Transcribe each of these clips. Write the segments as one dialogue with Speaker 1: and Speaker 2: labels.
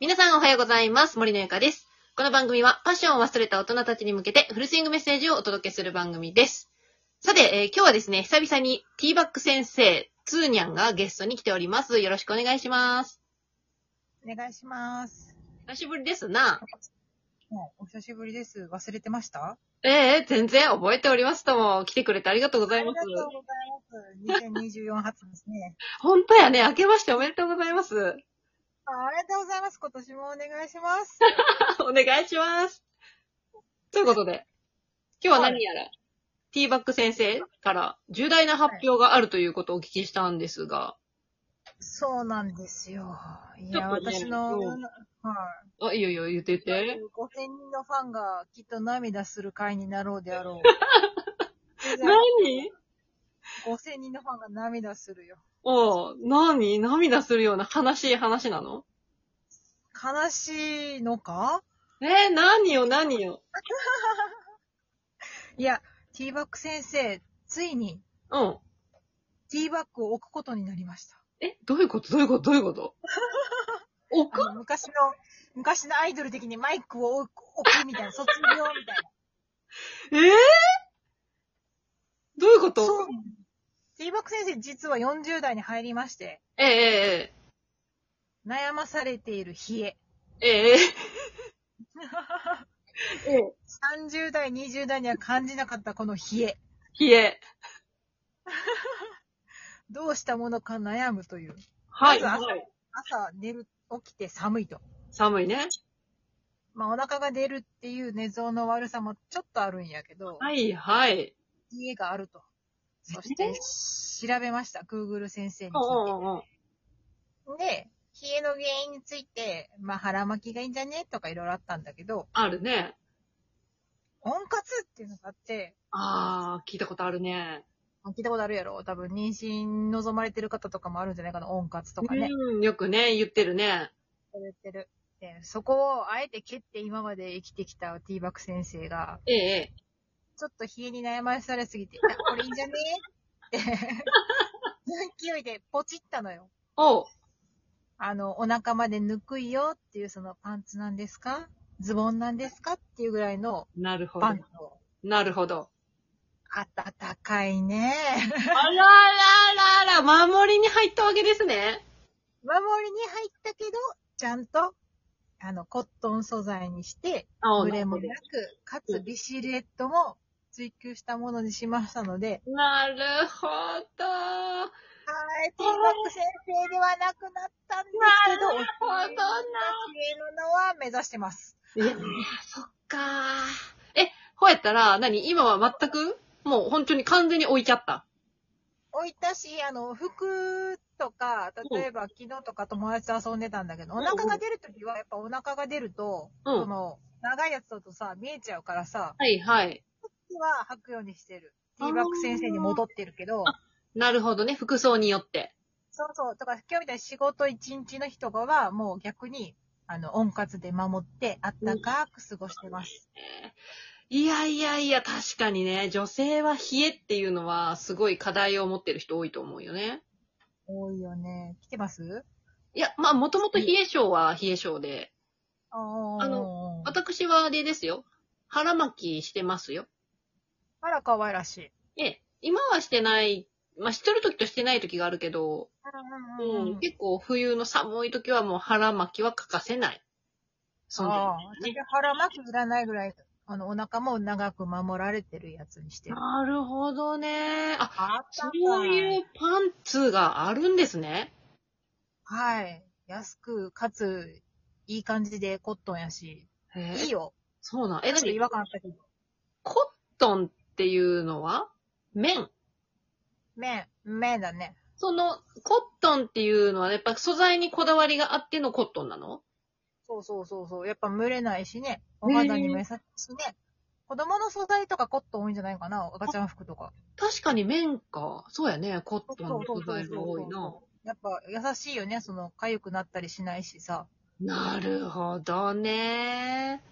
Speaker 1: 皆さんおはようございます。森のゆかです。この番組はパッションを忘れた大人たちに向けてフルスイングメッセージをお届けする番組です。さて、えー今日はですね、久々にティーバック先生、ツーニャンがゲストに来ております。よろしくお願いします。
Speaker 2: お願いします。
Speaker 1: 久しぶりですな。
Speaker 2: もうお久しぶりです。忘れてました
Speaker 1: ええ全然覚えておりますとも。来てくれてありがとうございます
Speaker 2: あ。りがとうございます。2024発です ね。
Speaker 1: 本当やね、明けましておめでとうございます。
Speaker 2: あありがとうございます。今年もお願いします。
Speaker 1: お願いします。ということで、今日は何やら、ティーバック先生から重大な発表があるということをお聞きしたんですが、
Speaker 2: そうなんですよ。いや、
Speaker 1: ちょっとね
Speaker 2: 私の、
Speaker 1: う
Speaker 2: は
Speaker 1: んあ、いいよいいよ、言って言っ
Speaker 2: い。
Speaker 1: て。
Speaker 2: 5000人のファンがきっと涙する会になろうであ ろう。
Speaker 1: 何
Speaker 2: 5000人のファンが涙するよ。
Speaker 1: おう、何涙するような悲しい話なの
Speaker 2: 悲しいのか
Speaker 1: えー、何よ、何よ。
Speaker 2: いや、ティーバック先生、ついに
Speaker 1: うん。
Speaker 2: ティーバックを置くことになりました。
Speaker 1: え、どういうことどういうことどういうことお
Speaker 2: あ
Speaker 1: か
Speaker 2: の昔の、昔のアイドル的にマイクを置く置くみた いな、卒業みたいな。
Speaker 1: えー、どういうこと
Speaker 2: そう。ティーバック先生、実は40代に入りまして、
Speaker 1: ええ
Speaker 2: 悩まされている冷 え。
Speaker 1: ええええええ
Speaker 2: 30代、20代には感じなかったこの冷え。
Speaker 1: 冷え。
Speaker 2: どうしたものか悩むという。
Speaker 1: はい。
Speaker 2: まず
Speaker 1: はい
Speaker 2: 朝寝る、起きて寒いと。
Speaker 1: 寒いね。
Speaker 2: まあお腹が出るっていう寝相の悪さもちょっとあるんやけど、
Speaker 1: はい、はい。
Speaker 2: 冷えがあると。そし
Speaker 1: え
Speaker 2: て、調べました。Google 先生に
Speaker 1: う
Speaker 2: 聞いて。
Speaker 1: んうんうん。
Speaker 2: で、冷えの原因について、まあ腹巻きがいいんじゃねとかいろいろあったんだけど、
Speaker 1: あるね。
Speaker 2: 温活っていうのがあって、
Speaker 1: あー、聞いたことあるね。
Speaker 2: 聞いたことあるやろ多分妊娠望まれてる方とかもあるんじゃないかな温活とかね。
Speaker 1: うん、よくね、言ってるね。
Speaker 2: 言ってる。で、そこをあえて蹴って今まで生きてきたティーバック先生が、
Speaker 1: ええ、
Speaker 2: ちょっと冷えに悩まされすぎて、あこれいいんじゃねって、勢いでポチったのよ。
Speaker 1: おう。
Speaker 2: あの、お腹までぬくいよっていうそのパンツなんですかズボンなんですかっていうぐらいの
Speaker 1: なるほど
Speaker 2: パ。ンツを。
Speaker 1: なるほど。
Speaker 2: 暖かいね。
Speaker 1: あらららら、守りに入ったわけですね。
Speaker 2: 守りに入ったけど、ちゃんと、あの、コットン素材にして、
Speaker 1: あ
Speaker 2: ブレもなく、かつビシレットも追求したものにしましたので、
Speaker 1: なるほど。
Speaker 2: はい、ティーバック先生ではなくなったんですけど、
Speaker 1: なるほどな
Speaker 2: 教えののは目指してます。
Speaker 1: いやー、そっかー。え、ほやったら、何今は全く、もう本当に完全に置いちゃった。
Speaker 2: 置いたし、あの、服とか、例えば昨日とか友達と遊んでたんだけど、お
Speaker 1: うん
Speaker 2: 腹が出るときは、やっぱお腹が出ると、
Speaker 1: うん
Speaker 2: その、長いやつだとさ、見えちゃうからさ、
Speaker 1: はいはい。
Speaker 2: は履くようにしてる。ティーバック先生に戻ってるけど、
Speaker 1: なるほどね、服装によって。
Speaker 2: そうそう、だから今日みたいに仕事一日の日とかは、もう逆に、あの、温活で守って、あったかく過ごしてます。
Speaker 1: いやいやいや、確かにね、女性は冷えっていうのは、すごい課題を持ってる人多いと思うよね。
Speaker 2: 多いよね。来てます
Speaker 1: いや、まあ、もともと冷え性は冷え性で、
Speaker 2: あー
Speaker 1: あ
Speaker 2: の
Speaker 1: 私はあれですよ。腹巻きしてますよ。
Speaker 2: あら、可愛らしい。
Speaker 1: ええ、今はしてない、まあ、してる時としてない時があるけど、
Speaker 2: うん
Speaker 1: うん結構冬の寒い時はもう腹巻きは欠かせない。そん
Speaker 2: あ
Speaker 1: な、
Speaker 2: あ私腹巻きいらないぐらい、あの、お腹も長く守られてるやつにしてる。
Speaker 1: なるほどね。あ、
Speaker 2: あ。
Speaker 1: そういううパンツがあるんですね。
Speaker 2: はい。安く、かつ、いい感じでコットンやし、
Speaker 1: へえ
Speaker 2: いいよ。
Speaker 1: そうなん。え、
Speaker 2: ちょっと違
Speaker 1: 何
Speaker 2: 和感あったけど。
Speaker 1: コットンっていうのは綿。
Speaker 2: 麺、麺だね。
Speaker 1: その、コットンっていうのは、やっぱ素材にこだわりがあってのコットンなの
Speaker 2: そうそうそうそう。やっぱ蒸れないしね。お肌にも優しいしね。子供の素材とかコットン多いんじゃないかな赤ちゃん服とか。
Speaker 1: 確かに綿か。そうやね。コッ
Speaker 2: そう
Speaker 1: トンの素材が多いな。
Speaker 2: やっぱ優しいよね。その、痒くなったりしないしさ。
Speaker 1: なるほどね。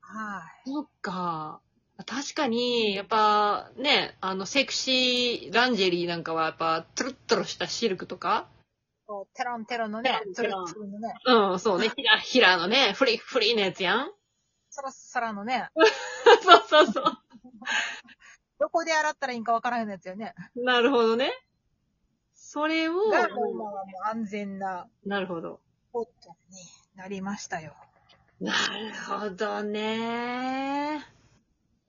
Speaker 2: はい。
Speaker 1: そっか。確かに、やっぱね、あの、セクシーランジェリーなんかは、やっぱ、トゥルットロしたシルクとか、
Speaker 2: こう、テロンテロンのね
Speaker 1: テロン、
Speaker 2: ツ
Speaker 1: テ
Speaker 2: ル
Speaker 1: ロン
Speaker 2: ツルのね、
Speaker 1: うん、そうね。ひ ら、ひらのね、フリ、フリーのやつやん。
Speaker 2: サラッサラのね、
Speaker 1: そうそうそ
Speaker 2: どこで洗ったらいいんかわからへんやつよね。
Speaker 1: う。なるほどね。それを、
Speaker 2: が、もう今はもう安全な
Speaker 1: なるほど。
Speaker 2: ポットになりましたよ。
Speaker 1: なるほどね。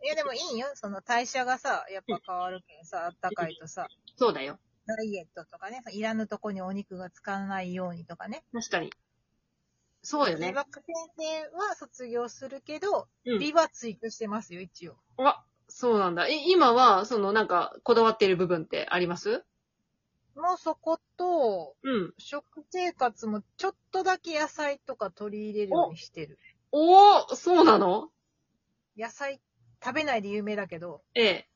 Speaker 2: いや、でもいいんよ。その代謝がさ、やっぱ変わるけんさ、あったかいとさ、
Speaker 1: そうだよ。
Speaker 2: ダイエットとかね、いらぬとこにお肉がつかないようにとかね。
Speaker 1: 確かに。そうよ
Speaker 2: ビ
Speaker 1: ね。
Speaker 2: バック先生は卒業するけど、
Speaker 1: うん
Speaker 2: ビバ追求してますよ、一応。
Speaker 1: あ、そうなんだ。え、今は、そのなんか、こだわってる部分ってあります
Speaker 2: もうそこと、
Speaker 1: うん。
Speaker 2: 食生活もちょっとだけ野菜とか取り入れるようにしてる。
Speaker 1: おー、そうなの
Speaker 2: 野菜食べないで有名だけど、
Speaker 1: ええ。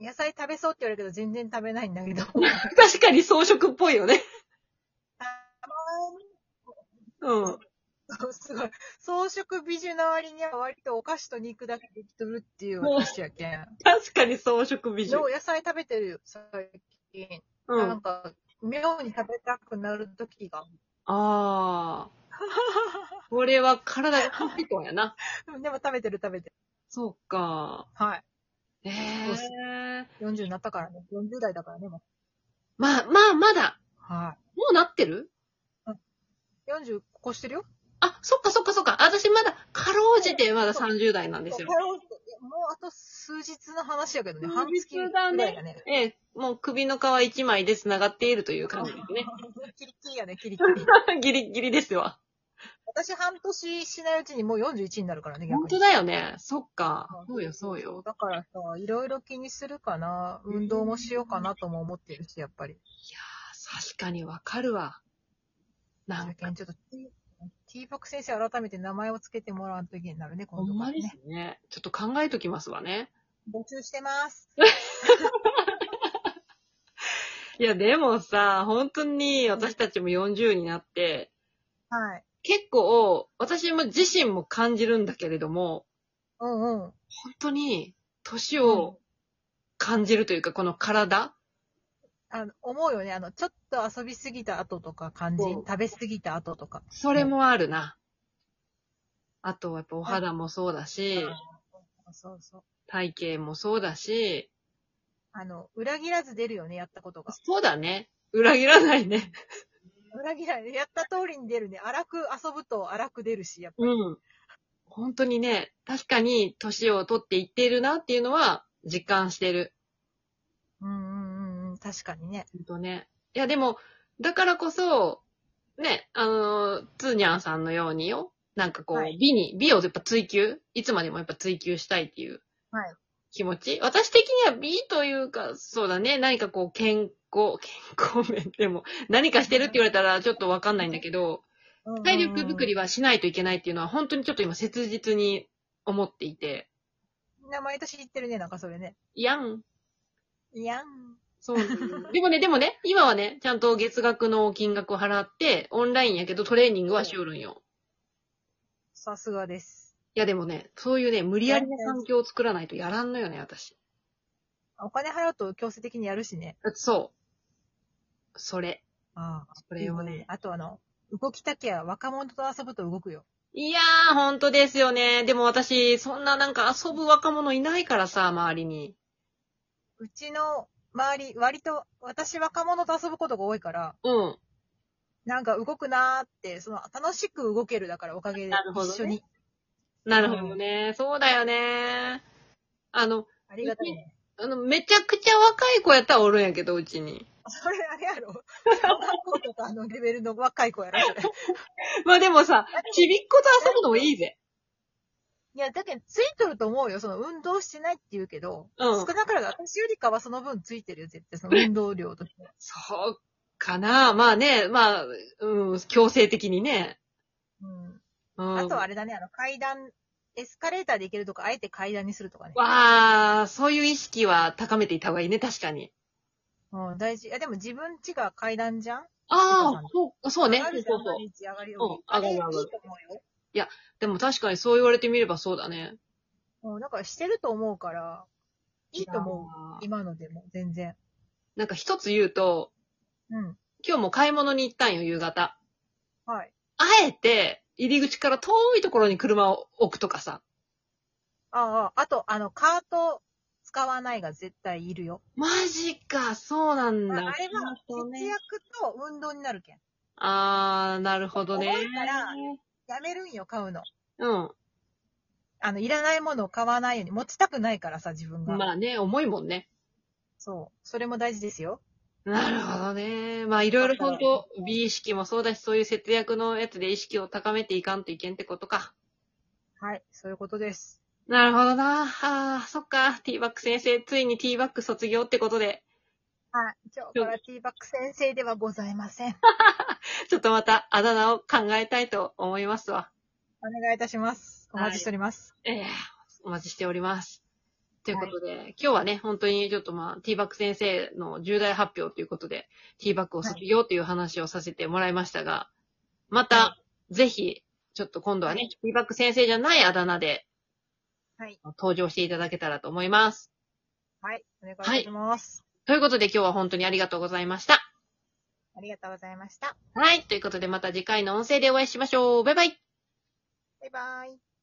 Speaker 2: 野菜食べそうって言われるけど全然食べないんだ けど、た
Speaker 1: 確かに装飾っぽいよね。
Speaker 2: ま
Speaker 1: うん。
Speaker 2: に、すごい、装飾美女な割には割とお菓子と肉だけできとるっていう私やけん。
Speaker 1: 確かに装飾美
Speaker 2: で
Speaker 1: 女
Speaker 2: も。野菜食べてるよ、最近。
Speaker 1: う
Speaker 2: なん
Speaker 1: ん。
Speaker 2: か、妙に食べたくなる時が。
Speaker 1: あー。これは体が完璧やな。
Speaker 2: でも食べてる食べてる。
Speaker 1: そうか。
Speaker 2: はい。
Speaker 1: え
Speaker 2: そう
Speaker 1: え
Speaker 2: っす40になったからね。40代だからね、もう。
Speaker 1: まあ、まあ、まだ。
Speaker 2: は
Speaker 1: もうなってる
Speaker 2: い。40越してるよ。
Speaker 1: あ、そっかそっかそっか。私まだ、かろうじてまだ30代なんですよ。
Speaker 2: もうあと数日の話やけどね。
Speaker 1: 数日
Speaker 2: 半月ぐらいだね。
Speaker 1: ええ、もう首の皮一枚で繋がっているという感じですね。
Speaker 2: キリキリやね、キリキリ。
Speaker 1: ギリギリですわ。
Speaker 2: 私半年しないうちにもう41になるからね、逆に。
Speaker 1: 本当だよね。そっか。そうよ、そう
Speaker 2: そう
Speaker 1: よ。
Speaker 2: だからさ、いろいろ気にするかな。運動もしようかなとも思ってるし、やっぱり。
Speaker 1: 確かにわかるわ。なん
Speaker 2: 最
Speaker 1: か
Speaker 2: 近、ちょっと、ティーバック先生改めて名前をつけてもらうときになるね、
Speaker 1: ほ
Speaker 2: 今
Speaker 1: ん
Speaker 2: 度か
Speaker 1: ま
Speaker 2: ら
Speaker 1: です
Speaker 2: ね。
Speaker 1: ね。ちょっと考えときますわね。
Speaker 2: 募集してます。
Speaker 1: いや、でもさ、本当に私たちも40になって、
Speaker 2: はい。
Speaker 1: 結構、私も自身も感じるんだけれども、
Speaker 2: うんうん。
Speaker 1: 本当に、年を感じるというか、この体
Speaker 2: あの、思うよね。あの、ちょっと遊びすぎた後とか感じ、
Speaker 1: そう
Speaker 2: 食べすぎた後とか。
Speaker 1: それもあるな。あと、やっぱお肌もそうだし、
Speaker 2: そうそう。
Speaker 1: 体型もそうだし、
Speaker 2: あの、裏切らず出るよね、やったことが。
Speaker 1: そうだね。裏切らないね。
Speaker 2: 裏切らない。やった通りに出るね。荒く遊ぶと荒く出るし、やっぱり。
Speaker 1: うん。本当にね、確かに年を取っていっているなっていうのは実感してる。
Speaker 2: うんうんうんうん。確かにね。
Speaker 1: 本当ね。いや、でも、だからこそ、ね、あのー、つーにゃんさんのようによ、なんかこう、
Speaker 2: はい
Speaker 1: 美に、美をやっぱ追求、いつまでもやっぱ追求したいっていう
Speaker 2: はい
Speaker 1: 気持ち。私的には美というか、そうだね、何かこう、健康、健康面でも、何かしてるって言われたらちょっとわかんないんだけど、
Speaker 2: うんうんうん
Speaker 1: 体力作りはしないといけないっていうのは、本当にちょっと今切実に思っていて、
Speaker 2: みんな毎年言ってるね、なんかそれね。
Speaker 1: いやん。
Speaker 2: いやん。
Speaker 1: そうなんだよでもね、でもね、今はね、ちゃんと月額の金額を払って、オンラインやけどトレーニングはしよるんよ。
Speaker 2: さすがです。
Speaker 1: いやでもね、そういうね、無理やりな環境を作らないとやらんのよね、私。
Speaker 2: お金払うと強制的にやるしね。
Speaker 1: そう。それ。
Speaker 2: ああ。
Speaker 1: それをね。
Speaker 2: あとあの、動きたきゃ若者と遊ぶと動くよ。
Speaker 1: いやー、ほんとですよね。でも私、そんななんか遊ぶ若者いないからさ、周りに。
Speaker 2: うちの周り、割と私若者と遊ぶことが多いから、
Speaker 1: うん。
Speaker 2: なんか動くなーって、その楽しく動けるだからおかげで
Speaker 1: なるほどね
Speaker 2: 一緒に。
Speaker 1: なるほどね。そうだよね。あの、
Speaker 2: ありがたいね。
Speaker 1: あの、めちゃくちゃ若い子やったらおるんやけど、うちに。
Speaker 2: それあれやろ小学校とかのレベルの若い子やろ それ。
Speaker 1: まあでもさ、ちびっ子と遊ぶのもいいぜ。
Speaker 2: いや、だけどついとると思うよ。その運動してないって言うけど、
Speaker 1: うん
Speaker 2: 少なからず私よりかはその分ついてるよ、絶対。その運動量として。
Speaker 1: そうかな。まあね、まあ、うん、強制的にね。
Speaker 2: うん。
Speaker 1: うん、
Speaker 2: あとあれだね、あの階段、エスカレーターで行けるとか、あえて階段にするとかね。
Speaker 1: わあ、そういう意識は高めていった方がいいね、確かに。
Speaker 2: うん、大事。いや、でも自分家が階段じゃん
Speaker 1: ああ、そう、そうね。
Speaker 2: 上が
Speaker 1: そう
Speaker 2: るじ
Speaker 1: そ
Speaker 2: ゃ、
Speaker 1: うんそう
Speaker 2: 毎。日上がるよ
Speaker 1: うん
Speaker 2: ね。あれ、い
Speaker 1: 上
Speaker 2: い
Speaker 1: が
Speaker 2: と
Speaker 1: る
Speaker 2: 思
Speaker 1: 上がる
Speaker 2: うよ。
Speaker 1: でも確かにそう言われてみればそうだね。
Speaker 2: うん、だからしてると思うから、いいと思う。
Speaker 1: う。
Speaker 2: 今のでも、全然。
Speaker 1: なんか一つ言うと、
Speaker 2: うん。
Speaker 1: 今日も買い物に行ったんよ、夕方。
Speaker 2: はい。
Speaker 1: あえて、入り口から遠いところに車を置くとかさ。
Speaker 2: ああ、あと、あの、カート使わないが絶対いるよ。
Speaker 1: マジか、そうなんだ。
Speaker 2: ああれは
Speaker 1: 本当
Speaker 2: 節
Speaker 1: ね
Speaker 2: 約と運動になるけん。
Speaker 1: あー、なるほどね。
Speaker 2: 思ったらやめるんよ、買うの。
Speaker 1: うん。
Speaker 2: あの、いらないものを買わないように、持ちたくないからさ、自分が。
Speaker 1: まあね、重いもんね。
Speaker 2: そう。それも大事ですよ。
Speaker 1: なるほどね。まあいろいろ本当、美意識もそうだし、そういう節約のやつで意識を高めていかんといけんってことか。
Speaker 2: はい、そういうことです。
Speaker 1: なるほどな。あー、そっか。ティーバック先生、ついにティーバック卒業ってことで、
Speaker 2: はい。今日からティーバック先生ではござい ません。
Speaker 1: ちょっとまたあだ名を考えたいと思いますわ。
Speaker 2: お願いいたします。お待ちしております。
Speaker 1: ええお待ちしております。ということで、今日はね、本当にちょっとまあ、ティーバック先生の重大発表ということで、ティーバックを卒業という話をさせてもらいましたが、また、
Speaker 2: は
Speaker 1: ぜひ、ちょっと今度はね、
Speaker 2: は
Speaker 1: ティーバック先生じゃないあだ名で
Speaker 2: はい。
Speaker 1: 登場していただけたらと思います。
Speaker 2: はい。お願いいたします。
Speaker 1: ということで今日は本当にありがとうございました。
Speaker 2: ありがとうございました。
Speaker 1: はい。ということでまた次回の音声でお会いしましょう。バイバイ。
Speaker 2: バイバイ。